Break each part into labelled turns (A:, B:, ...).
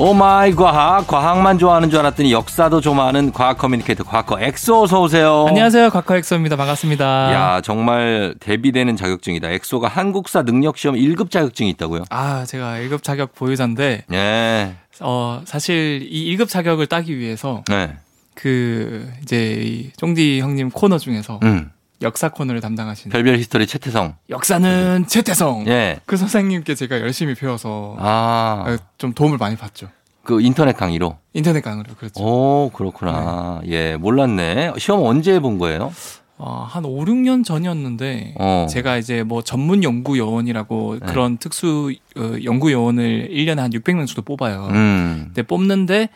A: 오마이 과학 과학만 좋아하는 줄 알았더니 역사도 좀 아는 과학 커뮤니케이터 과학커 엑소 어서 오세요.
B: 안녕하세요. 과커엑소입니다. 반갑습니다.
A: 야 정말 대비되는 자격증이다. 엑소가 한국사 능력시험 1급 자격증이 있다고요?
B: 아, 제가 1급 자격 보유자인데
A: 네.
B: 어, 사실 이 1급 자격을 따기 위해서
A: 네.
B: 그 이제 이 쫑디 형님 코너 중에서
A: 음.
B: 역사 코너를 담당하시는
A: 별별 히스토리 최태성.
B: 역사는 최태성
A: 네. 예.
B: 그 선생님께 제가 열심히 배워서
A: 아.
B: 어, 좀 도움을 많이 받죠.
A: 그 인터넷 강의로.
B: 인터넷 강의로 그렇죠. 네.
A: 오, 그렇구나. 예, 몰랐네. 시험 언제 해본 거예요?
B: 어, 한 5, 6년 전이었는데
A: 어.
B: 제가 이제 뭐 전문 연구 요원이라고
A: 네.
B: 그런 특수 어, 연구 요원을 1년에 한 600명 정도 뽑아요.
A: 음.
B: 근데 네, 뽑는데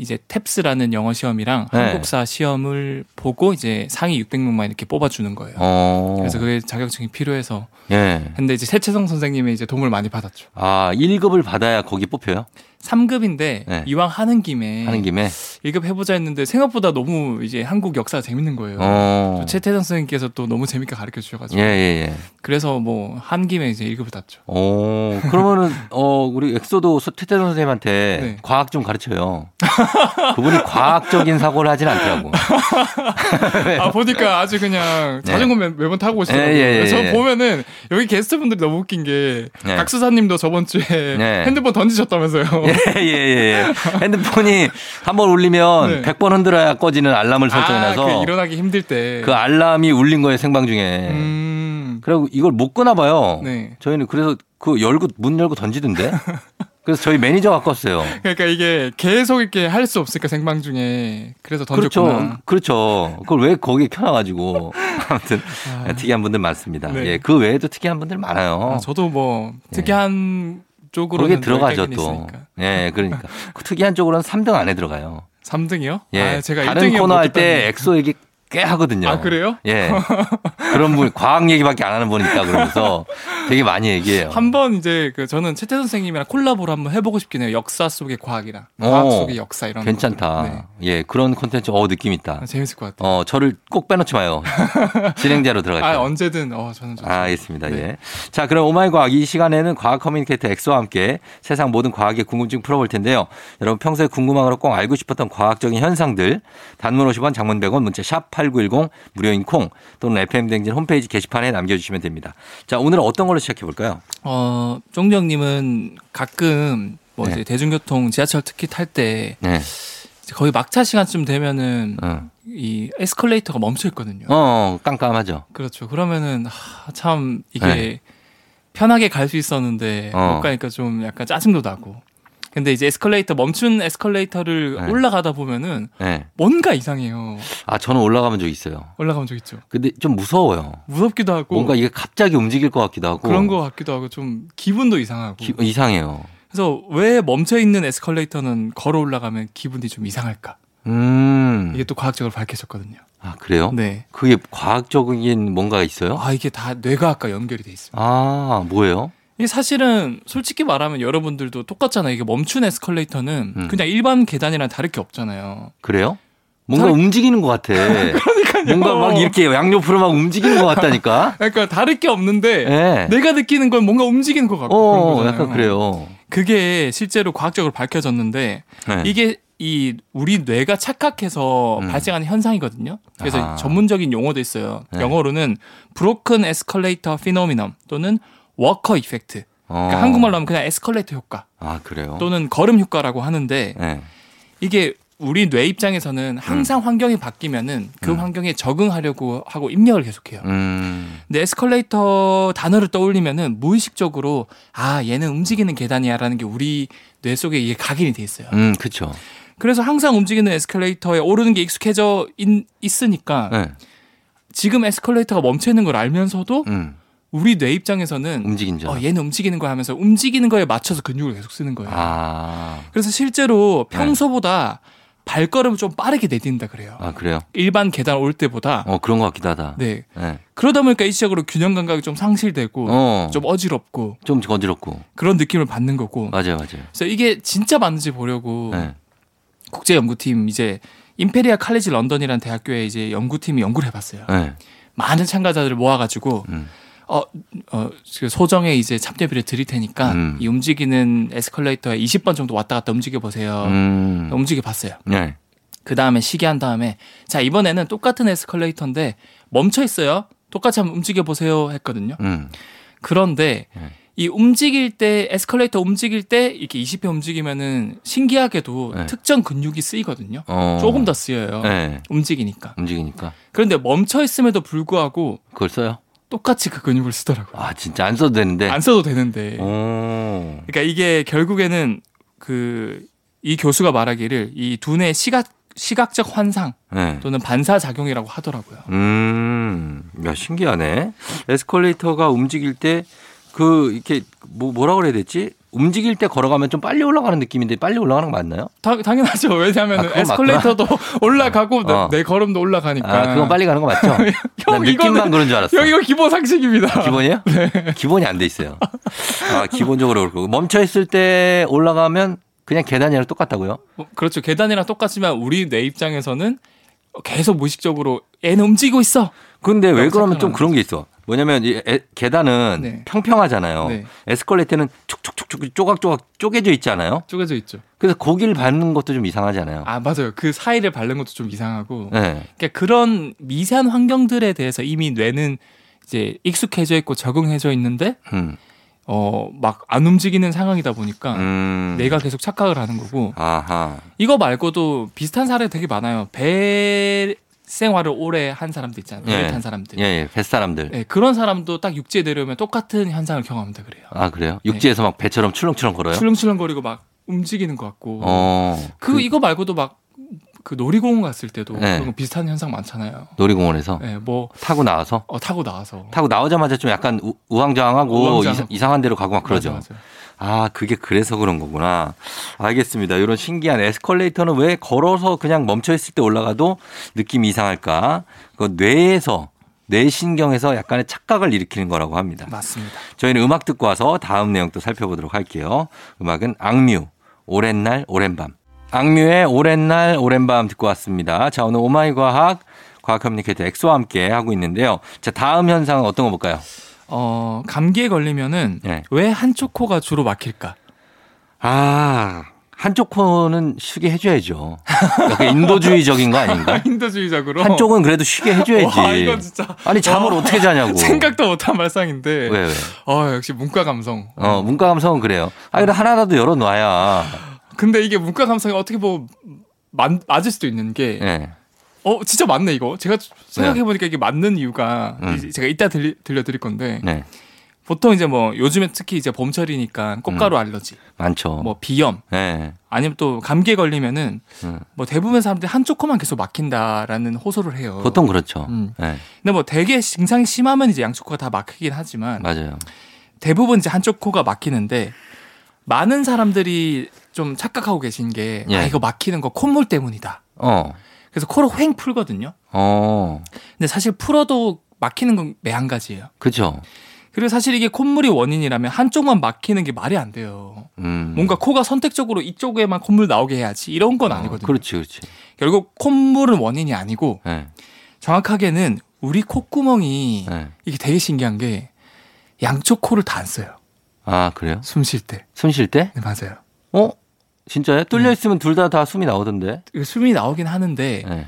B: 이제 탭스라는 영어 시험이랑
A: 네.
B: 한국사 시험을 보고 이제 상위 600명만 이렇게 뽑아주는 거예요.
A: 어.
B: 그래서 그게 자격증이 필요해서
A: 예.
B: 근데 이제 세채성 선생님의 이제 도움을 많이 받았죠.
A: 아, 1급을 받아야 거기 뽑혀요?
B: 3급인데
A: 네.
B: 이왕 하는 김에
A: 하는 김에.
B: 1급 해보자 했는데 생각보다 너무 이제 한국 역사가 재밌는 거예요.
A: 어.
B: 또 최태성 선생님께서 또 너무 재밌게 가르쳐 주셔가지고
A: 예, 예, 예.
B: 그래서 뭐 한 김에 이제 1급을 땄죠.
A: 오, 그러면은, 어, 우리 엑소도 서- 최태선 선생님한테
B: 네.
A: 과학 좀 가르쳐요. 그분이 과학적인 사고를 하진 않더라고.
B: 아 보니까 아주 그냥
A: 네.
B: 자전거 매, 매번 타고 오시더라고요.
A: 예, 예, 예,
B: 그래서
A: 예. 수사님들이
B: 보면은 여기 게스트분들이 너무 웃긴 게
A: 네.
B: 각수사님도 저번 주에
A: 네.
B: 핸드폰 던지셨다면서요.
A: 예, 예, 예. 핸드폰이 한 번 울리면
B: 네.
A: 100번 흔들어야 꺼지는 알람을 설정해놔서
B: 아, 그
A: 그, 네.
B: 일어나기 힘들 때.
A: 알람이 울린 거예요, 생방 중에.
B: 음.
A: 그리고 이걸 못 끄나봐요.
B: 네.
A: 저희는 그래서 그 열고, 문 열고 던지던데? 그래서 저희 매니저 갖고 왔어요.
B: 그러니까 이게 계속 이렇게 할 수 없으니까 생방 중에 그래서 던졌구나.
A: 그렇죠. 그렇죠. 그걸 왜 거기에 켜놔가지고. 아무튼 특이한 분들 많습니다.
B: 네.
A: 예, 그 외에도 특이한 분들 많아요.
B: 아, 저도 뭐 특이한 쪽으로
A: 어. 네. 거기에 들어가죠 또. 예, 그러니까 그 특이한 쪽으로는 3등 안에 들어가요.
B: 3등이요?
A: 예,
B: 아, 제가
A: 다른
B: 1등이
A: 코너 할 때 엑소 얘기 꽤 하거든요.
B: 아, 그래요?
A: 예, 그런 분 과학 얘기밖에 안 하는 분 있다 그러면서 되게 많이 얘기해요.
B: 한번 이제 그 저는 최태 선생님이랑 콜라보를 한번 해보고 싶긴 해요. 역사 속의 과학이랑
A: 어,
B: 과학 속의 역사 이런.
A: 괜찮다.
B: 네.
A: 예, 그런 콘텐츠 어 느낌 있다.
B: 아, 재밌을 것 같아요.
A: 어, 저를 꼭 빼놓지 마요. 진행자로 들어갈게요.
B: 아 언제든 어 저는 좋죠.
A: 네. 아, 알겠습니다.
B: 네.
A: 예. 자, 그럼 오마이 과학 이 시간에는 과학 커뮤니케이터 엑소와 함께 세상 모든 과학의 궁금증 풀어볼 텐데요. 여러분 평소에 궁금하고 꼭 알고 싶었던 과학적인 현상들 단문 50원, 장문 100원, 문자 샵 #8910 무료인 콩 또는 FM 댕진 홈페이지 게시판에 남겨주시면 됩니다. 자, 오늘은 어떤 걸로 시작해 볼까요?
B: 어, 쫑정님은 가끔 뭐
A: 네.
B: 이제 대중교통 지하철 특히 탈 때
A: 네.
B: 거의 막차 시간쯤 되면은
A: 어,
B: 이 에스컬레이터가 멈춰 있거든요.
A: 어, 깜깜하죠.
B: 그렇죠. 그러면은 하, 참 이게
A: 네.
B: 편하게 갈 수 있었는데
A: 어.
B: 못 가니까 좀 약간 짜증도 나고. 근데 이제 에스컬레이터 멈춘 에스컬레이터를
A: 네.
B: 올라가다 보면은
A: 네.
B: 뭔가 이상해요.
A: 아, 저는 올라가면 적 있어요.
B: 올라가본 적 있죠.
A: 근데 좀 무서워요.
B: 무섭기도 하고
A: 뭔가 이게 갑자기 움직일 것 같기도 하고
B: 그런 것 같기도 하고 좀 기분도 이상하고.
A: 기- 이상해요.
B: 그래서 왜 멈춰 있는 에스컬레이터는 걸어 올라가면 기분이 좀 이상할까?
A: 음.
B: 이게 또 과학적으로 밝혀졌거든요.
A: 아, 그래요?
B: 네.
A: 그게 과학적인 뭔가 있어요?
B: 아 이게 다 뇌과학과 연결이 돼 있습니다.
A: 아, 뭐예요?
B: 이게 사실은 솔직히 말하면 여러분들도 똑같잖아요. 이게 멈춘 에스컬레이터는
A: 음.
B: 그냥 일반 계단이랑 다를 게 없잖아요.
A: 그래요? 뭔가 움직이는 것 같아. 뭔가 막 이렇게 양옆으로 막 움직이는 것 같다니까?
B: 그러니까 다를 게 없는데
A: 예. 네.
B: 내가 느끼는 건 뭔가 움직이는 것 같고 그런
A: 어,
B: 거잖아요.
A: 약간 그래요.
B: 그게 실제로 과학적으로 밝혀졌는데
A: 네.
B: 이게 이 우리 뇌가 착각해서
A: 음.
B: 발생하는 현상이거든요. 그래서
A: 아하.
B: 전문적인 용어도 있어요.
A: 네.
B: 영어로는 브로큰 에스컬레이터 피노미넘 또는 워커 이펙트.
A: 어.
B: 그러니까 한국말로 하면 그냥 에스컬레이터 효과
A: 아, 그래요?
B: 또는 걸음 효과라고 하는데
A: 네.
B: 이게 우리 뇌 입장에서는 항상 환경이 바뀌면은 그
A: 음.
B: 환경에 적응하려고 하고 입력을 계속해요.
A: 음.
B: 근데 에스컬레이터 단어를 떠올리면은 무의식적으로 아 얘는 움직이는 계단이야라는 게 우리 뇌 속에 이게 각인이 돼 있어요.
A: 음, 그쵸.
B: 그래서 항상 움직이는 에스컬레이터에 오르는 게 익숙해져 있, 있으니까
A: 네.
B: 지금 에스컬레이터가 멈춰 있는 걸 알면서도
A: 음.
B: 우리 뇌 입장에서는
A: 움직인 줄.
B: 어,
A: 알아.
B: 얘는 움직이는 거야 하면서 움직이는 거에 맞춰서 근육을 계속 쓰는 거예요.
A: 아.
B: 그래서 실제로 평소보다 발걸음을 좀 빠르게 내딛는다 그래요.
A: 아 그래요?
B: 일반 계단 올 때보다
A: 어 그런 것 같기도 하다.
B: 네
A: 네.
B: 그러다 보니까 일시적으로 균형 감각이 좀 상실되고
A: 어.
B: 좀 어지럽고
A: 좀 거지럽고.
B: 그런 느낌을 받는 거고.
A: 맞아요, 맞아요.
B: 그래서 이게 진짜 맞는지 보려고
A: 어. 네.
B: 국제 연구팀 이제 임페리아 칼리지 런던이라는 대학교에 이제 연구팀이 연구를 해봤어요.
A: 네.
B: 많은 참가자들을 모아가지고
A: 음.
B: 어, 어, 그 소정에 이제 참여비를 드릴 테니까
A: 음.
B: 이 움직이는 에스컬레이터에 20번 정도 왔다 갔다 움직여 보세요.
A: 음.
B: 움직여 봤어요.
A: 네.
B: 그 다음에 시계한 다음에 자 이번에는 똑같은 에스컬레이터인데 멈춰 있어요. 똑같이 한번 움직여 보세요 했거든요.
A: 음.
B: 그런데
A: 네.
B: 이 움직일 때 에스컬레이터 움직일 때 이렇게 20회 움직이면은 신기하게도
A: 네.
B: 특정 근육이 쓰이거든요.
A: 어.
B: 조금 더 쓰여요.
A: 네.
B: 움직이니까.
A: 움직이니까
B: 그런데 멈춰 있음에도 불구하고
A: 그걸 써요.
B: 똑같이 그 근육을 쓰더라고요.
A: 아 진짜 안 써도 되는데.
B: 안 써도 되는데.
A: 어. 오.
B: 그러니까 이게 결국에는 그 이 교수가 말하기를 이 두뇌 시각 시각적 환상
A: 네.
B: 또는 반사 작용이라고 하더라고요.
A: 음, 야, 신기하네. 에스컬레이터가 움직일 때, 그, 이렇게, 뭐, 뭐라 그래야 되지? 움직일 때 걸어가면 좀 빨리 올라가는 느낌인데, 빨리 올라가는 거 맞나요?
B: 당, 당연하죠.
A: 아,
B: 왜냐하면
A: 그건
B: 에스컬레이터도 올라가고 내-
A: 어.
B: 내, 걸음도 올라가니까.
A: 아, 그건 빨리 가는 거 맞죠? 난
B: 그러니까. 형,
A: 느낌만
B: 이거는-
A: 그런 줄 알았어.
B: 형 이거 기본 상식입니다.
A: 기본이에요? 기본이 안 돼 있어요. 아, 기본적으로 그렇고. 멈춰있을 때 올라가면 그냥 계단이랑 똑같다고요?
B: 어, 그렇죠. 계단이랑 똑같지만 우리 내 입장에서는 계속 무의식적으로 얘는 움직이고 있어.
A: 근데 왜 그러면 좀
B: 착각하는
A: 그런 게 있어. 뭐냐면 이 에- 계단은
B: 네.
A: 평평하잖아요.
B: 네.
A: 에스컬레이터는 촉촉촉 조각조각 쪼개져 있잖아요.
B: 쪼개져 있죠.
A: 그래서 거기를 밟는 것도 좀 이상하잖아요.
B: 아 맞아요. 그 사이를 밟는 것도 좀 이상하고.
A: 네.
B: 그러니까 그런 미세한 환경들에 대해서 이미 뇌는 이제 익숙해져 있고 적응해져 있는데
A: 음.
B: 어 막 안 움직이는 상황이다 보니까
A: 음.
B: 내가 계속 착각을 하는 거고
A: 아하.
B: 이거 말고도 비슷한 사례 되게 많아요. 배 생활을 오래 한 사람들 있잖아요. 배를
A: 예.
B: 탄 사람들.
A: 예, 예. 뱃사람들.
B: 예, 그런 사람도 딱 육지에 내려오면 똑같은 현상을 경험한다 그래요.
A: 아, 그래요? 육지에서 막 배처럼 출렁출렁 걸어요?
B: 출렁출렁거리고 막 움직이는 것 같고.
A: 어.
B: 그, 이거 말고도 막 그 놀이공원 갔을 때도
A: 네. 어.
B: 그런 거 비슷한 현상 많잖아요.
A: 놀이공원에서
B: 예, 뭐
A: 타고 나와서
B: 어, 타고 나와서
A: 타고 나오자마자 좀 약간 우, 우왕좌왕하고
B: 우왕좌왕하고.
A: 이상, 한 데로 가고 막 그러죠.
B: 맞아, 맞아.
A: 아, 그게 그래서 그런 거구나. 알겠습니다. 이런 신기한 에스컬레이터는 왜 걸어서 그냥 멈춰 있을 때 올라가도 느낌이 이상할까? 그 뇌에서 뇌신경에서 약간의 착각을 일으키는 거라고 합니다.
B: 맞습니다.
A: 저희는 음악 듣고 와서 다음 내용 또 살펴보도록 할게요. 음악은 악뮤, 오랜 날, 오랜 밤. 악뮤의 오랜 날, 오랜 밤 듣고 왔습니다. 자, 오늘 오마이 과학, 과학 커뮤니케이터 엑소와 함께 하고 있는데요. 자, 다음 현상은 어떤 거 볼까요?
B: 어, 감기에 걸리면은
A: 예.
B: 왜 한쪽 코가 주로 막힐까?
A: 아, 한쪽 코는 쉬게 해줘야죠. 약간 인도주의적인 거 아닌가?
B: 힌더주의적으로
A: 한쪽은 그래도 쉬게 해줘야지.
B: 와, 이건 진짜
A: 아니, 잠을
B: 와.
A: 어떻게 자냐고.
B: 생각도 못한 말상인데.
A: 왜, 왜?
B: 어, 역시 문과 감성.
A: 어, 문과 감성은 그래요. 아, 그래, 하나라도 열어놔야.
B: 근데 이게 문과 감성이 어떻게 보면 맞, 맞을 수도 있는 게
A: 예.
B: 어, 진짜 맞네, 이거. 제가 생각해보니까 이게 맞는 이유가,
A: 네. 음.
B: 이제 제가 이따 들려드릴 건데,
A: 네.
B: 보통 이제 뭐, 요즘에 특히 이제 봄철이니까 꽃가루
A: 음.
B: 알러지,
A: 많죠.
B: 뭐, 비염,
A: 예.
B: 아니면 또 감기에 걸리면은,
A: 음.
B: 뭐, 대부분 사람들이 한쪽 코만 계속 막힌다라는 호소를 해요.
A: 보통 그렇죠.
B: 음.
A: 예,
B: 근데 뭐, 되게 증상이 심하면 이제 양쪽 코가 다 막히긴 하지만,
A: 맞아요.
B: 대부분 이제 한쪽 코가 막히는데, 많은 사람들이 좀 착각하고 계신 게, 아,
A: 예.
B: 이거 막히는 거 콧물 때문이다.
A: 어,
B: 그래서 코를 휑 풀거든요.
A: 어,
B: 근데 사실 풀어도 막히는 건 매한가지예요.
A: 그죠.
B: 그리고 사실 이게 콧물이 원인이라면 한쪽만 막히는 게 말이 안 돼요.
A: 음.
B: 뭔가 코가 선택적으로 이쪽에만 콧물 나오게 해야지 이런 건
A: 어,
B: 아니거든요.
A: 그렇지, 그렇지.
B: 결국 콧물은 원인이 아니고
A: 예,
B: 정확하게는 우리 콧구멍이
A: 예.
B: 이게 되게 신기한 게 양쪽 코를 다 안 써요.
A: 아, 그래요?
B: 숨 쉴 때.
A: 숨 쉴 때?
B: 네, 맞아요.
A: 어? 진짜요? 뚫려 있으면 둘 다 다 숨이 나오던데.
B: 이거 숨이 나오긴 하는데
A: 예.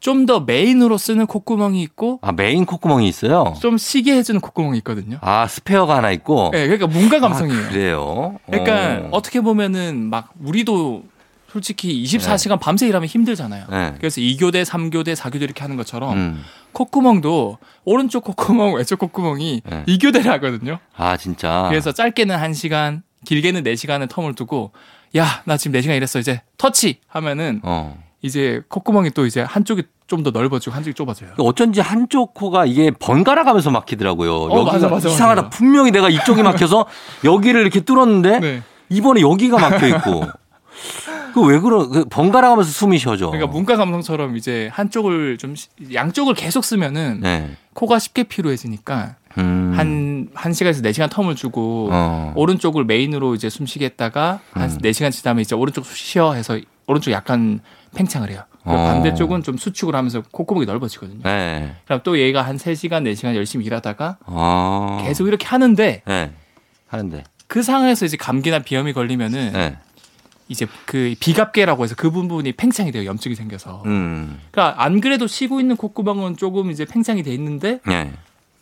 B: 좀 더 메인으로 쓰는 콧구멍이 있고
A: 아, 메인 콧구멍이 있어요?
B: 좀 쉬게 해주는 콧구멍이 있거든요.
A: 아, 스페어가 하나 있고.
B: 네, 그러니까 문과 감성이에요.
A: 아, 그래요?
B: 그러니까
A: 어.
B: 어떻게 보면은 막 우리도 솔직히 24시간 밤새 일하면 힘들잖아요.
A: 예.
B: 그래서 2교대, 3교대, 4교대 이렇게 하는 것처럼
A: 음.
B: 콧구멍도 오른쪽 콧구멍, 왼쪽 콧구멍이
A: 네.
B: 2교대를 하거든요.
A: 아, 진짜.
B: 그래서 짧게는 1시간, 길게는 4시간의 텀을 두고 야, 나 지금 4시간 일했어. 이제 터치 하면은
A: 어.
B: 이제 콧구멍이 또 이제 한쪽이 좀 더 넓어지고 한쪽이 좁아져요.
A: 그 어쩐지 한쪽 코가 이게 번갈아 가면서 막히더라고요.
B: 어,
A: 여기가
B: 맞아, 맞아,
A: 이상하다.
B: 맞아요.
A: 분명히 내가 이쪽이 막혀서 여기를 이렇게 뚫었는데
B: 네.
A: 이번에 여기가 막혀 있고. 그 왜 그러? 그 번갈아 가면서 숨이 쉬어져.
B: 그러니까 문과 감성처럼 이제 한쪽을 좀 시- 양쪽을 계속 쓰면은
A: 네.
B: 코가 쉽게 피로해지니까
A: 음.
B: 한 한시간에서네시간 텀을 주고
A: 어.
B: 오른쪽을 메인으로 이제 숨쉬게 했다가
A: 음.
B: 한 네시간 지나면 이제 오른쪽 쉬어 해서 오른쪽 약간 팽창을 해요. 그리고
A: 어.
B: 반대쪽은 좀 수축을 하면서 콧구멍이 넓어지거든요.
A: 네.
B: 그럼 또 얘가 한 세시간네시간 열심히 일하다가
A: 어.
B: 계속 이렇게 하는데
A: 네. 하는데.
B: 그 상황에서 이제 감기나 비염이 걸리면은
A: 네.
B: 이제 그 비갑계라고 해서 그 부분이 팽창이 돼요. 염증이 생겨서.
A: 음.
B: 그러니까 안 그래도 쉬고 있는 콧구멍은 조금 이제 팽창이 돼 있는데
A: 네.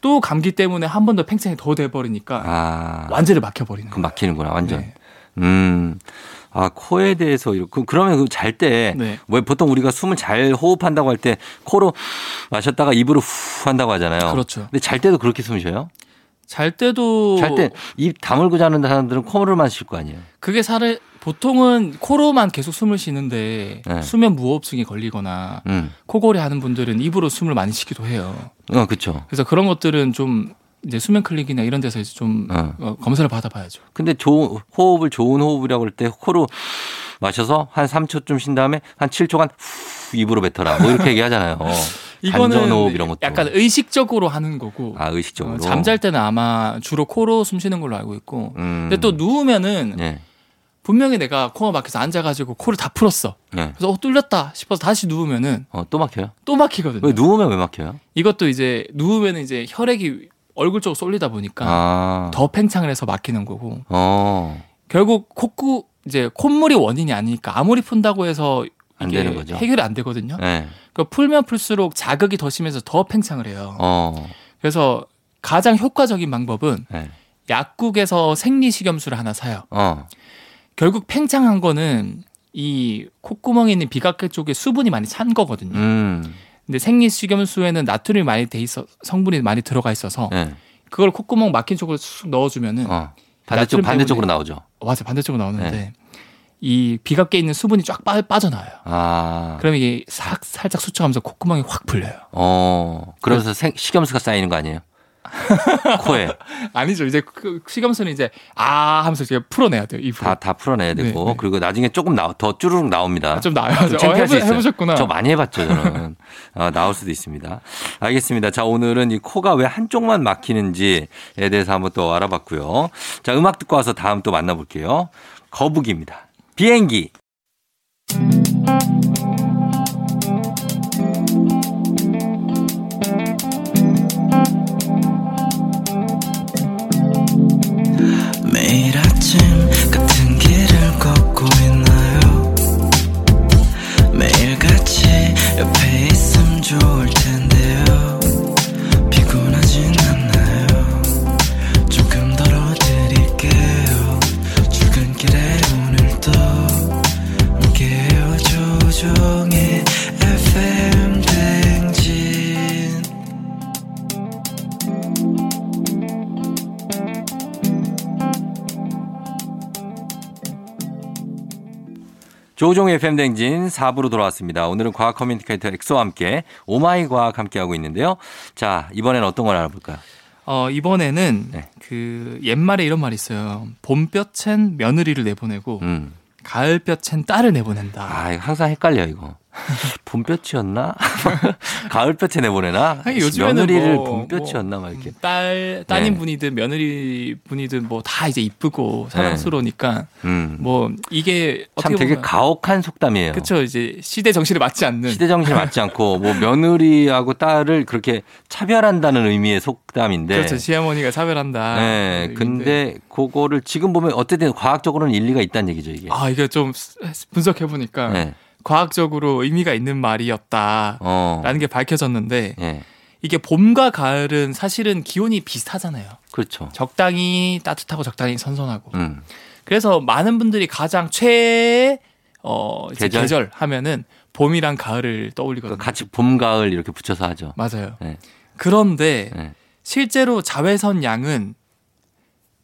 B: 또 감기 때문에 한 번 더 팽창이 더 돼 버리니까
A: 아.
B: 완전히 막혀 버리는
A: 그
B: 거예요.
A: 막히는구나 완전.
B: 네.
A: 음. 아 코에 대해서 이렇게 그러면 잘 때 왜
B: 네.
A: 보통 우리가 숨을 잘 호흡한다고 할 때 코로 마셨다가 입으로 후 한다고 하잖아요.
B: 그렇죠.
A: 근데 잘 때도 그렇게 숨 쉬어요?
B: 잘 때도
A: 잘 때 입 다물고 자는 사람들은 코로만 쉴 거 아니에요.
B: 그게 사례 보통은 코로만 계속 숨을 쉬는데
A: 네.
B: 수면 무호흡증이 걸리거나
A: 음.
B: 코골이 하는 분들은 입으로 숨을 많이 쉬기도 해요.
A: 어, 그렇죠.
B: 그래서 그런 것들은 좀 이제 수면 클릭이나 이런 데서 이제 좀
A: 어.
B: 어, 검사를 받아봐야죠.
A: 근데 좋은 호흡을 좋은 호흡이라고 할 때 코로 마셔서 한 3초쯤 쉰 다음에 한 7초간 후 입으로 뱉어라. 뭐 이렇게 얘기하잖아요.
B: 이거는
A: 호흡 이런 것도.
B: 약간 의식적으로 하는 거고
A: 아, 의식적으로.
B: 어, 잠잘 때는 아마 주로 코로 숨 쉬는 걸로 알고 있고
A: 음.
B: 근데 또 누우면은
A: 네.
B: 분명히 내가 코가 막혀서 앉아가지고 코를 다 풀었어
A: 네.
B: 그래서 어 뚫렸다 싶어서 다시 누우면은
A: 어, 또 막혀요?
B: 또 막히거든요
A: 왜 누우면 왜 막혀요?
B: 이것도 이제 누우면은 이제 혈액이 얼굴 쪽으로 쏠리다 보니까
A: 아.
B: 더 팽창을 해서 막히는 거고
A: 어.
B: 결국 콧구 이제 콧물이 원인이 아니니까 아무리 푼다고 해서
A: 안
B: 이게
A: 되는 거죠.
B: 해결이 안 되거든요
A: 네.
B: 그러니까 풀면 풀수록 자극이 더 심해서 더 팽창을 해요
A: 어.
B: 그래서 가장 효과적인 방법은
A: 네.
B: 약국에서 생리식염수를 하나 사요.
A: 어.
B: 결국 팽창한 거는 이 콧구멍에 있는 비각계 쪽에 수분이 많이 찬 거거든요.
A: 음.
B: 근데 생리식염수에는 나트륨이 많이 돼 있어 성분이 많이 들어가 있어서
A: 네.
B: 그걸 콧구멍 막힌 쪽으로 쑥 넣어주면은 네.
A: 어. 반대쪽
B: 나트륨
A: 반대쪽으로
B: 때문에-
A: 나오죠.
B: 어, 맞아 반대쪽으로 나오는데 이 비각계에 있는 수분이 쫙 빠, 빠져나와요.
A: 아.
B: 그러면 이게 싹 살짝 수축하면서 콧구멍이 확 풀려요.
A: 어. 그러면서 생, 식염수가 쌓이는 거 아니에요? 코에
B: 아니죠. 이제 그 식염수는 이제 아 하면서 이제 풀어내야 돼요. 입으로.
A: 다 다 풀어내야 되고
B: 네, 네.
A: 그리고 나중에 조금 나, 더 쭈르륵 나옵니다.
B: 좀 나아요.
A: 좀
B: 어,
A: 창피할 수
B: 해보,
A: 있어요.
B: 해보셨구나.
A: 저 많이 해봤죠, 저는. 아, 나올 수도 있습니다. 알겠습니다. 자, 오늘은 이 코가 왜 한쪽만 막히는지에 대해서 한번 또 알아봤고요. 자, 음악 듣고 와서 다음 또 만나볼게요. 거북입니다. 비행기.
C: 매일 아침 같은 길을 걷고 있나요 매일 같이 옆에 있음 좋을 텐데요 피곤하진 않나요 조금 덜어드릴게요 출근길에 오늘도 함께해요 조종의 FM 댕진
A: 조종 FM 댕진 4부로 돌아왔습니다. 오늘은 과학 커뮤니케이터 엑소와 함께 오마이 과학 함께하고 있는데요. 자, 이번엔 어떤 걸 알아볼까요?
B: 어, 이번에는
A: 네.
B: 그 옛말에 이런 말이 있어요. 봄볕엔 며느리를 내보내고
A: 음.
B: 가을볕엔 딸을 내보낸다.
A: 아, 이거 항상 헷갈려, 이거. 봄볕이었나? 가을볕에 내보내나?
B: 아니, 요즘에는
A: 며느리를
B: 뭐-
A: 봄볕이었나? 막 이렇게.
B: 음. 딸 따님
A: 네.
B: 분이든 며느리 분이든 뭐 다 이제 이쁘고 사랑스러우니까
A: 음.
B: 뭐 이게
A: 참
B: 어떻게
A: 되게
B: 보면
A: 가혹한 속담이에요. 네.
B: 그쵸 네. 이제 시대 정신에 맞지 않는
A: 시대 정신에 맞지 않고 뭐 며느리하고 딸을 그렇게 차별한다는 의미의 속담인데.
B: 그렇죠 아, 시어머니가 차별한다. 뭐
A: 네, 근데 그거를 지금 보면 어쨌든 과학적으로는 일리가 있다는 얘기죠 이게.
B: 아 이게 좀 분석해 보니까
A: 예. 네.
B: 과학적으로 의미가 있는 말이었다라는
A: 어.
B: 게 밝혀졌는데
A: 예.
B: 이게 봄과 가을은 사실은 기온이 비슷하잖아요.
A: 그렇죠.
B: 적당히 따뜻하고 적당히 선선하고.
A: 음.
B: 그래서 많은 분들이 가장 최애 어, 이제
A: 계절?
B: 계절? 하면은 봄이랑 가을을 떠올리거든요.
A: 그러니까 같이 봄 가을 이렇게 붙여서 하죠.
B: 맞아요.
A: 네.
B: 그런데
A: 네.
B: 실제로 자외선 양은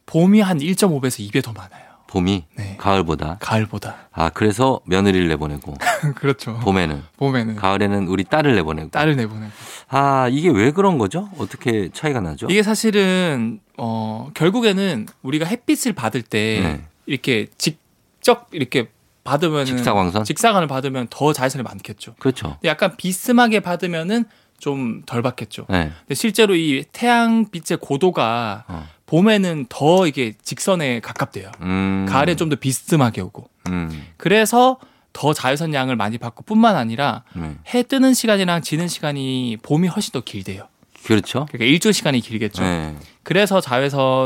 B: 봄이 한 1.5배에서 2배 더 많아요.
A: 봄이
B: 네.
A: 가을보다.
B: 가을보다.
A: 아 그래서 며느리를 내보내고
B: 그렇죠.
A: 봄에는
B: 봄에는
A: 가을에는 우리 딸을 내보내고.
B: 딸을 내보내고.
A: 아 이게 왜 그런 거죠? 어떻게 차이가 나죠?
B: 이게 사실은 어, 결국에는 우리가 햇빛을 받을 때
A: 네.
B: 이렇게 직접 이렇게 받으면
A: 직사광선?
B: 직사광을 받으면 더 자외선이 많겠죠.
A: 그렇죠.
B: 근데 약간 비스하게 받으면은 좀 덜 받겠죠.
A: 네.
B: 근데 실제로 이 태양빛의 고도가
A: 어.
B: 봄에는 더 이게 직선에 가깝대요.
A: 음.
B: 가을에 좀 더 비스듬하게 오고.
A: 음.
B: 그래서 더 자외선 양을 많이 받고 뿐만 아니라
A: 네.
B: 해 뜨는 시간이랑 지는 시간이 봄이 훨씬 더 길대요.
A: 그렇죠.
B: 그러니까 일조 시간이 길겠죠.
A: 네.
B: 그래서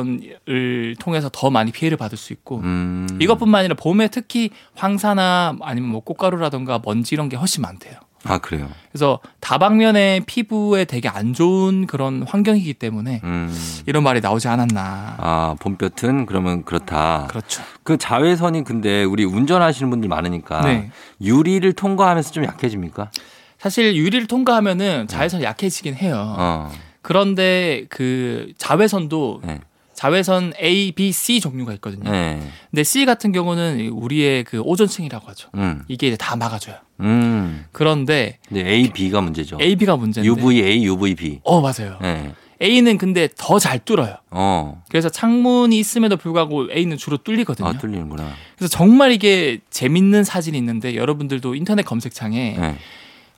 B: 자외선을 통해서 더 많이 피해를 받을 수 있고
A: 음.
B: 이것뿐만 아니라 봄에 특히 황사나 아니면 뭐 꽃가루라던가 먼지 이런 게 훨씬 많대요.
A: 아 그래요.
B: 그래서 다방면의 피부에 되게 안 좋은 그런 환경이기 때문에
A: 음.
B: 이런 말이 나오지 않았나.
A: 아 봄볕은 그러면 그렇다.
B: 그렇죠.
A: 그 자외선이 근데 우리 운전하시는 분들 많으니까
B: 네.
A: 유리를 통과하면서 좀 약해집니까?
B: 사실 유리를 통과하면은 자외선이 약해지긴 해요.
A: 네. 어.
B: 그런데 그 자외선도
A: 네.
B: 자외선 A, B, C 종류가 있거든요.
A: 네.
B: 근데 C 같은 경우는 우리의 그 오존층이라고 하죠.
A: 음.
B: 이게 이제 다 막아줘요.
A: 음.
B: 그런데
A: 이제 A, B가 문제죠.
B: A, B가 문제인데.
A: UVA, UVB.
B: 어 맞아요.
A: 네.
B: A는 근데 더 잘 뚫어요.
A: 어.
B: 그래서 창문이 있음에도 불구하고 A는 주로 뚫리거든요.
A: 아 뚫리는구나.
B: 그래서 정말 이게 재밌는 사진이 있는데 여러분들도 인터넷 검색창에
A: 네.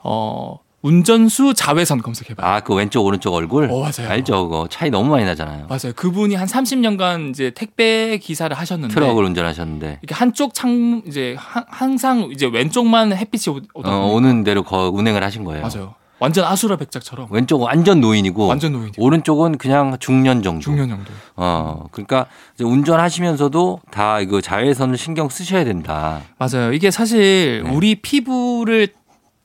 B: 어 운전수 자외선 검색해봐요.
A: 아그 왼쪽 오른쪽 얼굴.
B: 어 맞아요.
A: 네. 알죠, 그거 차이 너무 많이 나잖아요.
B: 맞아요. 그분이 한 30년간 이제 택배 기사를 하셨는데
A: 트럭을 운전하셨는데
B: 이렇게 한쪽 창 이제 하- 항상 이제 왼쪽만 햇빛이 오-
A: 어,
B: 오다 보니까
A: 오는 네. 대로 거 운행을 하신 거예요.
B: 그러니까. 맞아요. 완전 아수라 백작처럼
A: 왼쪽은 완전 노인이고
B: 완전 노인
A: 오른쪽은 그냥 중년 정도.
B: 중년 정도.
A: 어, 그러니까 이제 운전하시면서도 다 이거 자외선을 신경 쓰셔야 된다.
B: 맞아요. 이게 사실
A: 네.
B: 우리 피부를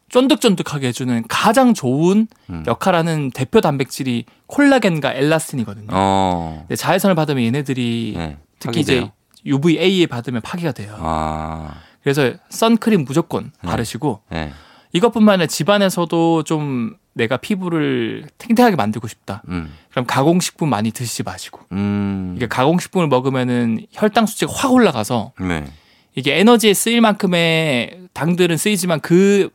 B: 쫀득쫀득하게 해주는 가장 좋은
A: 음.
B: 역할하는 대표 단백질이 콜라겐과 엘라스틴이거든요.
A: 어,
B: 근데 자외선을 받으면 음. 얘네들이
A: 네.
B: 특히
A: 파괴돼요.
B: 이제 UVA에 받으면 파괴가 돼요.
A: 아,
B: 그래서 선크림 무조건
A: 네.
B: 바르시고
A: 네.
B: 이것뿐만 아니라 집안에서도 좀 내가 피부를 탱탱하게 만들고 싶다.
A: 음,
B: 그럼 가공식품 많이 드시지 마시고
A: 음,
B: 이게 가공식품을 먹으면은 혈당 수치가 확 올라가서
A: 네.
B: 이게 에너지에 쓰일 만큼의 당들은 쓰이지만 그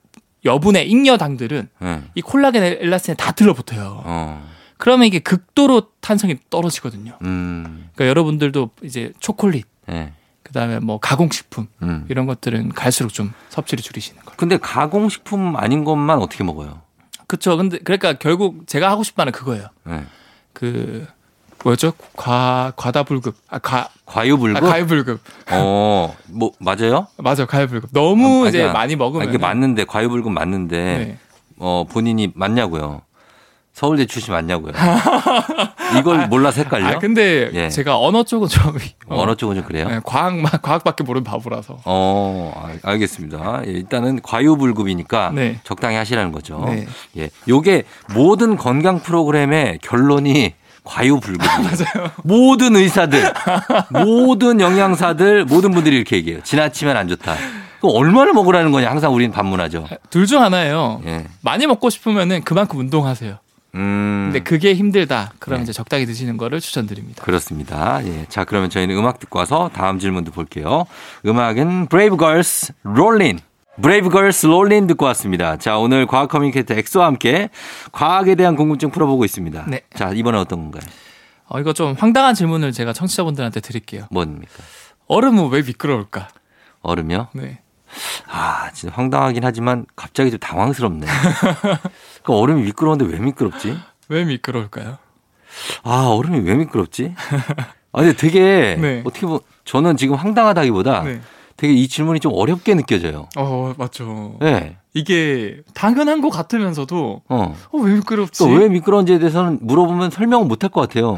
B: 여분의 잉여 당들은
A: 네.
B: 이 콜라겐 엘라스틴에 다 들러붙어요.
A: 어,
B: 그러면 이게 극도로 탄성이 떨어지거든요.
A: 음,
B: 그러니까 여러분들도 이제 초콜릿,
A: 네.
B: 그다음에 뭐 가공식품
A: 음.
B: 이런 것들은 갈수록 좀 섭취를 줄이시는 거예요.
A: 근데 가공식품 아닌 것만 어떻게 먹어요?
B: 그렇죠. 근데 그러니까 결국 제가 하고 싶다는 그거예요.
A: 네.
B: 그 뭐였죠? 과 과다불급. 아, 과 아,
A: 과유불급?
B: 과유불급.
A: 어, 뭐, 맞아요?
B: 맞아요. 과유불급. 너무
A: 아,
B: 이제
A: 아니야.
B: 많이
A: 아,
B: 먹으면
A: 이게 맞는데, 과유불급 맞는데,
B: 네.
A: 어, 본인이 맞냐고요. 서울대 출신 맞냐고요. 이걸 몰라서 헷갈려?
B: 아 근데
A: 예.
B: 제가 언어 쪽은 좀
A: 언어 쪽은 좀 그래요?
B: 네, 과학만 과학밖에 모르는 바보라서.
A: 어, 알- 알겠습니다. 예, 일단은 과유불급이니까
B: 네.
A: 적당히 하시라는 거죠.
B: 네.
A: 예. 요게 모든 건강 프로그램의 결론이 과유불급.
B: 맞아요.
A: 모든 의사들, 모든 영양사들, 모든 분들이 이렇게 얘기해요. 지나치면 안 좋다. 그럼 얼마나 먹으라는 거냐 항상 우리는 반문하죠.
B: 둘 중 하나예요.
A: 예.
B: 많이 먹고 싶으면은 그만큼 운동하세요.
A: 음.
B: 근데 그게 힘들다. 그럼
A: 네.
B: 이제 적당히 드시는 거를 추천드립니다.
A: 그렇습니다. 예. 자, 그러면 저희는 음악 듣고 와서 다음 질문도 볼게요. 음악은 브레이브 걸스 롤린. 브레이브 걸스 롤린 듣고 왔습니다. 자, 오늘 과학 커뮤니케이터 엑소와 함께 과학에 대한 궁금증 풀어보고 있습니다.
B: 네.
A: 자, 이번엔 어떤 건가요?
B: 어, 이거 좀 황당한 질문을 제가 청취자분들한테 드릴게요.
A: 뭡니까?
B: 얼음은 왜 미끄러울까?
A: 얼음이요?
B: 네.
A: 아, 진짜 황당하긴 하지만 갑자기 좀 당황스럽네. 그 얼음이 미끄러운데 왜 미끄럽지?
B: 왜 미끄러울까요?
A: 아, 얼음이 왜 미끄럽지? 아, 근데 되게
B: 네.
A: 어떻게 보면 저는 지금 황당하다기보다
B: 네.
A: 되게 이 질문이 좀 어렵게 느껴져요.
B: 어, 맞죠.
A: 네.
B: 이게 당연한 것 같으면서도
A: 어.
B: 어, 왜 미끄럽지?
A: 또 왜 미끄러운지에 대해서는 물어보면 설명은 못 할 것 같아요.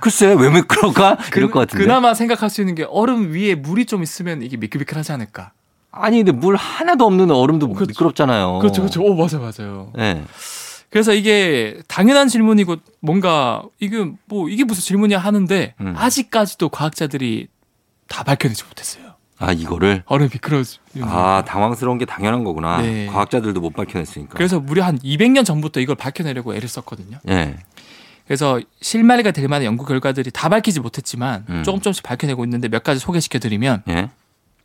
A: 글쎄, 왜 미끄러울까? 이럴 것 같은데.
B: 그나마 생각할 수 있는 게 얼음 위에 물이 좀 있으면 이게 미끌미끌하지 않을까.
A: 아니, 근데 물 하나도 없는 얼음도
B: 그렇죠.
A: 미끄럽잖아요.
B: 그렇죠, 그렇죠. 오, 맞아, 맞아요.
A: 네.
B: 그래서 이게 당연한 질문이고 뭔가 이게 뭐 이게 무슨 질문이야 하는데
A: 음.
B: 아직까지도 과학자들이 다 밝혀내지 못했어요.
A: 아, 이거를.
B: 얼음 미끄러지.
A: 아, 당황스러운 게 당연한 거구나.
B: 네.
A: 과학자들도 못 밝혀냈으니까.
B: 그래서 무려 한 200년 전부터 이걸 밝혀내려고 애를 썼거든요.
A: 예.
B: 그래서 실마리가 될 만한 연구 결과들이 다 밝히지 못했지만
A: 음.
B: 조금 조금씩 밝혀내고 있는데 몇 가지 소개시켜드리면
A: 예.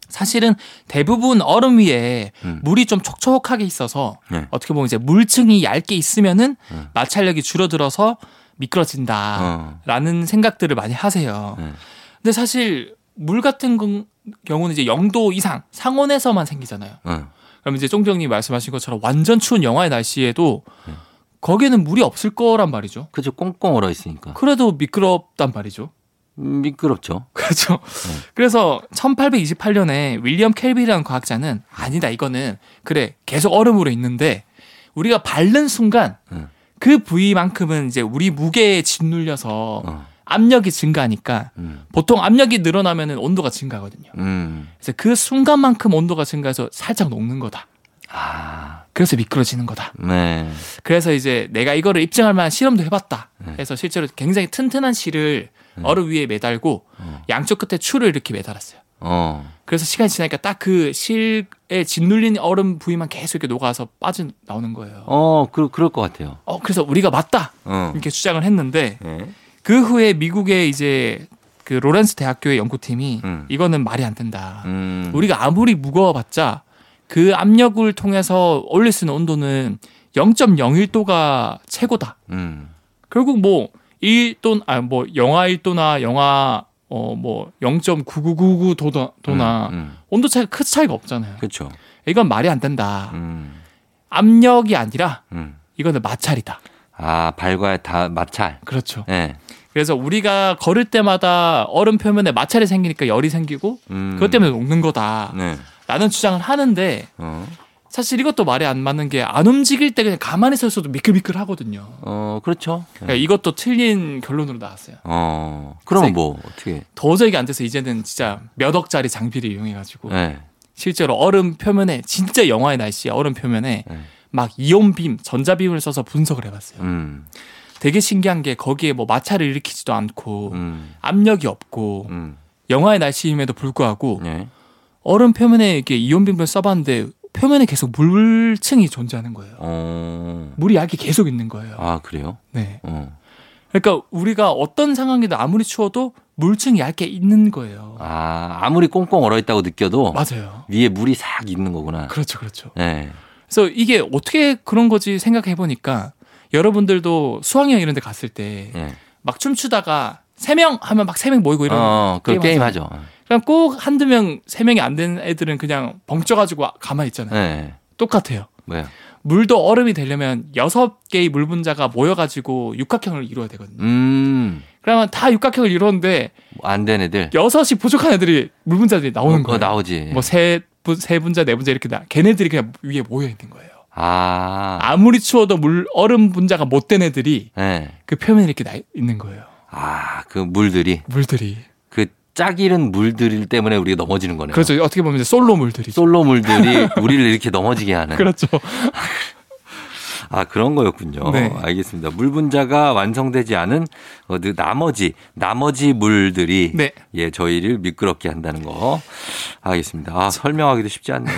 B: 사실은 대부분 얼음 위에
A: 음.
B: 물이 좀 촉촉하게 있어서
A: 네.
B: 어떻게 보면 이제 물층이 얇게 있으면은
A: 네.
B: 마찰력이 줄어들어서 미끄러진다.
A: 어.
B: 라는 생각들을 많이 하세요.
A: 네.
B: 근데 사실 물 같은 건- 경우는 이제 0도 이상 상온에서만 생기잖아요.
A: 응.
B: 그럼 이제 쫑정님 말씀하신 것처럼 완전 추운 영하의 날씨에도
A: 네.
B: 거기에는 물이 없을 거란 말이죠.
A: 그죠. 꽁꽁 얼어 있으니까.
B: 그래도 미끄럽단 말이죠.
A: 음, 미끄럽죠.
B: 그렇죠.
A: 네.
B: 그래서 1828년에 윌리엄 켈빈이라는 과학자는 아니다 이거는 그래 계속 얼음으로 있는데 우리가 밟는 순간
A: 음.
B: 그 부위만큼은 이제 우리 무게에 짓눌려서
A: 어.
B: 압력이 증가하니까
A: 음.
B: 보통 압력이 늘어나면은 온도가 증가하거든요.
A: 음.
B: 그래서 그 순간만큼 온도가 증가해서 살짝 녹는 거다.
A: 아,
B: 그래서 미끄러지는 거다.
A: 네.
B: 그래서 이제 내가 이거를 입증할 만한 실험도 해봤다.
A: 네.
B: 해서 실제로 굉장히 튼튼한 실을 얼음 위에 매달고
A: 어.
B: 양쪽 끝에 추를 이렇게 매달았어요.
A: 어.
B: 그래서 시간이 지나니까 딱 그 실에 짓눌린 얼음 부위만 계속 이렇게 녹아서 빠져 나오는 거예요. 어.
A: 어, 그, 그럴 것 같아요.
B: 그래서 우리가 맞다
A: 어.
B: 이렇게 주장을 했는데
A: 네.
B: 그 후에 미국의 이제 그 로렌스 대학교의 연구팀이
A: 음.
B: 이거는 말이 안 된다.
A: 음.
B: 우리가 아무리 무거워봤자 그 압력을 통해서 올릴 수 있는 온도는 0.01도가 최고다.
A: 음.
B: 결국 뭐 1도 아뭐 영하 1도나 영하 어뭐 0.9999도나 도나
A: 음, 음.
B: 온도 차이가 큰 차이가 없잖아요.
A: 그렇죠.
B: 이건 말이 안 된다.
A: 음.
B: 압력이 아니라
A: 음.
B: 이거는 마찰이다.
A: 아, 발과 다 마찰.
B: 그렇죠.
A: 예.
B: 그래서 우리가 걸을 때마다 얼음 표면에 마찰이 생기니까 열이 생기고
A: 음.
B: 그것 때문에 녹는 거다라는
A: 네.
B: 주장을 하는데
A: 어.
B: 사실 이것도 말이 안 맞는 게 안 움직일 때 그냥 가만히 서 있어도 미끌미끌하거든요.
A: 어, 그렇죠.
B: 그러니까 이것도 틀린 결론으로 나왔어요.
A: 어. 그러면 뭐 어떻게?
B: 도저히 안 돼서 이제는 진짜 몇 억짜리 장비를 이용해가지고
A: 예.
B: 실제로 얼음 표면에 진짜 영화의 날씨에 얼음 표면에
A: 네.
B: 막 이온빔, 전자빔을 써서 분석을 해봤어요.
A: 음.
B: 되게 신기한 게 거기에 뭐 마찰을 일으키지도 않고
A: 음.
B: 압력이 없고
A: 음.
B: 영하의 날씨임에도 불구하고
A: 예.
B: 얼음 표면에 이렇게 이온빔을 써봤는데 표면에 계속 물층이 존재하는 거예요.
A: 어.
B: 물이 약이 계속 있는 거예요.
A: 아, 그래요?
B: 네.
A: 어.
B: 그러니까 우리가 어떤 상황이든 아무리 추워도 물층이 얇게 있는 거예요.
A: 아, 아무리 꽁꽁 얼어 있다고 느껴도
B: 맞아요.
A: 위에 물이 싹 있는 거구나.
B: 그렇죠, 그렇죠.
A: 예.
B: 그래서 이게 어떻게 그런 거지 생각해 보니까 여러분들도 수학여행 이런 데 갔을 때 막
A: 예.
B: 춤추다가 세 명 하면 막 세 명 모이고 이런
A: 어, 그
B: 게임
A: 게임 하죠.
B: 그럼 꼭 한두 명, 세 명이 안 되는 애들은 그냥 벙쪄 가지고 가만히 있잖아요.
A: 예.
B: 똑같아요.
A: 뭐야?
B: 물도 얼음이 되려면 여섯 개의 물 분자가 모여 가지고 육각형을 이루어야 되거든요.
A: 음.
B: 그러면 다 육각형을 이루는데
A: 뭐안 된 애들.
B: 여섯이 부족한 애들이 물 분자들이 나오는
A: 어,
B: 거예요.
A: 나오지.
B: 뭐세 세 분자, 네 분자 이렇게 나. 걔네들이 그냥 위에 모여 있는 거예요.
A: 아.
B: 아무리 추워도 물 얼음 분자가 못 된 애들이
A: 예.
B: 그 표면에 이렇게 나 있는 거예요.
A: 아, 그 물들이
B: 물들이.
A: 그 짝이른 물들 때문에 우리가 넘어지는 거네요.
B: 그렇죠. 어떻게 보면 이제 솔로 물들이. 죠
A: 솔로 물들이 우리를 이렇게 넘어지게 하는.
B: 그렇죠.
A: 아, 그런 거였군요.
B: 네.
A: 알겠습니다. 물 분자가 완성되지 않은 어, 그 나머지 나머지 물들이
B: 네.
A: 예, 저희를 미끄럽게 한다는 거. 알겠습니다. 아, 설명하기도 쉽지 않네요.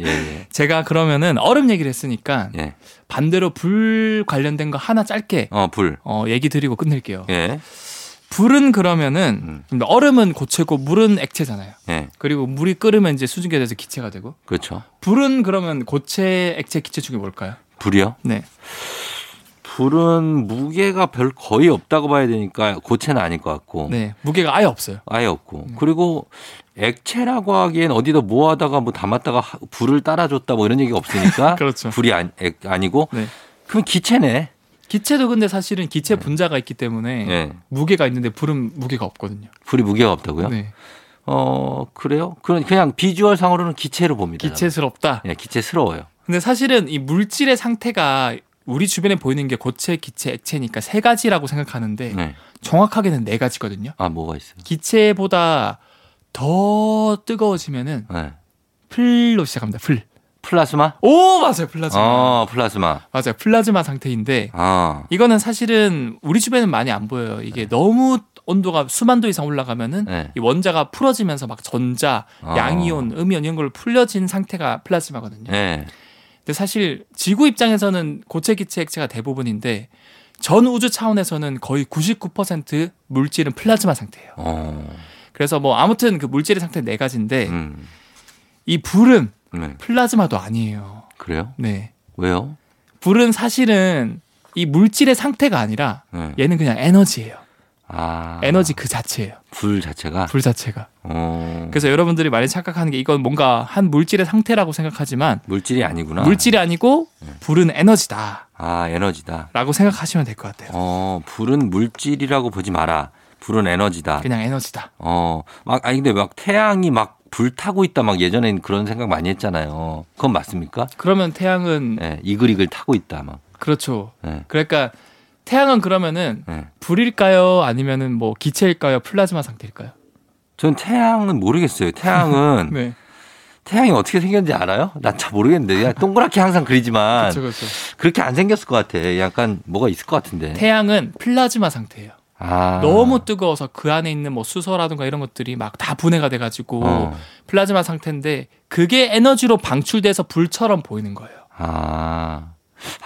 A: 예, 예.
B: 제가 그러면은 얼음 얘기를 했으니까
A: 예.
B: 반대로 불 관련된 거 하나 짧게
A: 어, 불.
B: 어, 얘기 드리고 끝낼게요.
A: 예.
B: 불은 그러면은 얼음은 고체고 물은 액체잖아요.
A: 예.
B: 그리고 물이 끓으면 이제 수증기가 돼서 기체가 되고
A: 그렇죠.
B: 불은 그러면 고체, 액체, 기체 중에 뭘까요?
A: 불이요?
B: 네.
A: 불은 무게가 별 거의 없다고 봐야 되니까 고체는 아닐 것 같고
B: 네. 무게가 아예 없어요.
A: 아예 없고
B: 네.
A: 그리고 액체라고 하기엔 어디다 모아다가 뭐 담았다가 하- 불을 따라줬다 뭐 이런 얘기가 없으니까
B: 그렇죠.
A: 불이 아니, 액, 아니고
B: 네.
A: 그럼 기체네.
B: 기체도 근데 사실은 기체 분자가 있기 때문에
A: 예.
B: 무게가 있는데 불은 무게가 없거든요.
A: 불이 무게가 없다고요?
B: 네.
A: 어 그래요? 그런 그냥 비주얼 상으로는 기체로 봅니다.
B: 기체스럽다.
A: 예, 기체스러워요.
B: 근데 사실은 이 물질의 상태가 우리 주변에 보이는 게 고체, 기체, 액체니까 세 가지라고 생각하는데
A: 네.
B: 정확하게는 네 가지거든요.
A: 아 뭐가 있어요?
B: 기체보다 더 뜨거워지면은
A: 네.
B: 플로 시작합니다. 플.
A: 플라스마?
B: 오 맞아요 플라즈마.
A: 어 플라스마.
B: 맞아요 플라즈마 상태인데
A: 아
B: 이거는 사실은 우리 주변에는 많이 안 보여요. 이게 너무 온도가 수만 도 이상 올라가면은
A: 네.
B: 이 원자가 풀어지면서 막 전자,
A: 어.
B: 양이온, 음이온 이런 걸 풀려진 상태가 플라즈마거든요.
A: 예.
B: 근데 사실 지구 입장에서는 고체 기체 액체가 대부분인데 전 우주 차원에서는 거의 99% 물질은 플라즈마 상태예요.
A: 어.
B: 그래서 뭐 아무튼 그 물질의 상태 네 가지인데
A: 음.
B: 이 불은
A: 네.
B: 플라즈마도 아니에요.
A: 그래요?
B: 네.
A: 왜요?
B: 불은 사실은 이 물질의 상태가 아니라
A: 네.
B: 얘는 그냥 에너지예요.
A: 아.
B: 예. 에너지 그 자체예요.
A: 불 자체가.
B: 불 자체가.
A: 어.
B: 그래서 여러분들이 많이 착각하는 게 이건 뭔가 한 물질의 상태라고 생각하지만
A: 물질이 아니구나. 네.
B: 물질이 아니고 불은 에너지다라고
A: 아, 에너지다.
B: 생각하시면 될 것 같아요.
A: 어, 불은 물질이라고 보지 마라. 불은 에너지다.
B: 그냥 에너지다.
A: 어, 막, 아니, 근데 막 태양이 막 불타고 있다 막 예전엔 그런 생각 많이 했잖아요. 그건 맞습니까?
B: 그러면 태양은
A: 예, 이글이글 타고 있다 막.
B: 그렇죠.
A: 예,
B: 그러니까 태양은 그러면은
A: 예.
B: 불일까요? 아니면은 뭐 기체일까요? 플라즈마 상태일까요?
A: 전 태양은 모르겠어요. 태양은
B: 네.
A: 태양이 어떻게 생겼는지 알아요? 난 잘 모르겠는데 그냥 동그랗게 항상 그리지만
B: 그렇죠. 그렇죠.
A: 그렇게안 생겼을 것 같아. 약간 뭐가 있을 것 같은데.
B: 태양은 플라즈마 상태예요.
A: 네. 아.
B: 너무 뜨거워서 그 안에 있는 뭐 수소라든가 이런 것들이 막 다 분해가 돼 가지고
A: 어.
B: 플라즈마 상태인데 그게 에너지로 방출돼서 불처럼 보이는 거예요.
A: 아.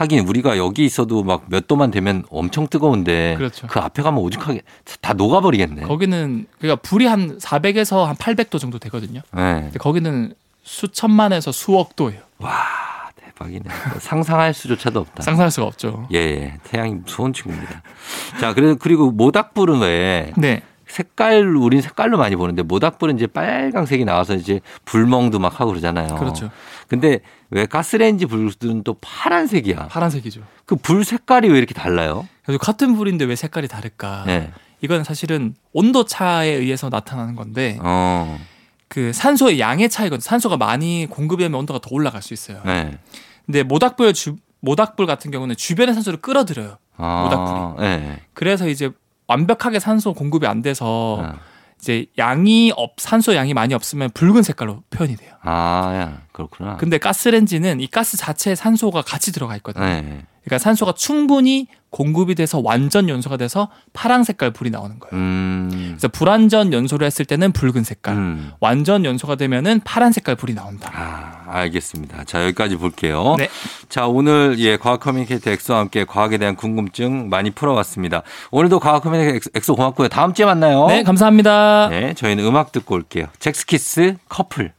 A: 하긴 우리가 여기 있어도 막 몇 도만 되면 엄청 뜨거운데
B: 그렇죠.
A: 그 앞에 가면 오죽하게 다 녹아버리겠네.
B: 거기는 그러니까 불이 한 400에서 한 800도 정도 되거든요.
A: 예.
B: 근데 거기는 수천만에서 수억 도예요.
A: 와 대박이네. 상상할 수조차도 없다.
B: 상상할 수가 없죠.
A: 예, 예, 태양이 무서운 친구입니다. 자, 그래서 그리고 모닥불은 왜
B: 네.
A: 색깔 우린 색깔로 많이 보는데 모닥불은 이제 빨강색이 나와서 이제 불멍도 막 하고 그러잖아요.
B: 그렇죠.
A: 근데 왜 가스레인지 불은 또 파란색이야.
B: 파란색이죠.
A: 그 불 색깔이 왜 이렇게 달라요?
B: 그래서 같은 불인데 왜 색깔이 다를까?
A: 예.
B: 이건 사실은 온도 차에 의해서 나타나는 건데
A: 어.
B: 그 산소의 양의 차이거든요. 산소가 많이 공급되면 온도가 더 올라갈 수 있어요.
A: 네.
B: 근데 모닥불 주, 모닥불 같은 경우는 주변의 산소를 끌어들여요.
A: 아, 예.
B: 그래서 이제 완벽하게 산소 공급이 안 돼서
A: 어.
B: 이제 양이 없 산소 양이 많이 없으면 붉은 색깔로 표현이 돼요.
A: 아, 야, 그렇구나.
B: 근데 가스렌지는 이 가스 자체에 산소가 같이 들어가 있거든요.
A: 예.
B: 그러니까 산소가 충분히 공급이 돼서 완전 연소가 돼서 파란 색깔 불이 나오는 거예요.
A: 음.
B: 그래서 불완전 연소를 했을 때는 붉은 색깔,
A: 음.
B: 완전 연소가 되면은 파란 색깔 불이 나온다.
A: 아, 알겠습니다. 자, 여기까지 볼게요.
B: 네.
A: 자, 오늘 예, 과학 커뮤니케이터 엑소와 함께 과학에 대한 궁금증 많이 풀어봤습니다. 오늘도 과학 커뮤니케이터 엑소- 어? 엑소 고맙고요. 다음 주에 만나요.
B: 네, 감사합니다.
A: 네, 저희는 음악 듣고 올게요. 잭스키스 커플.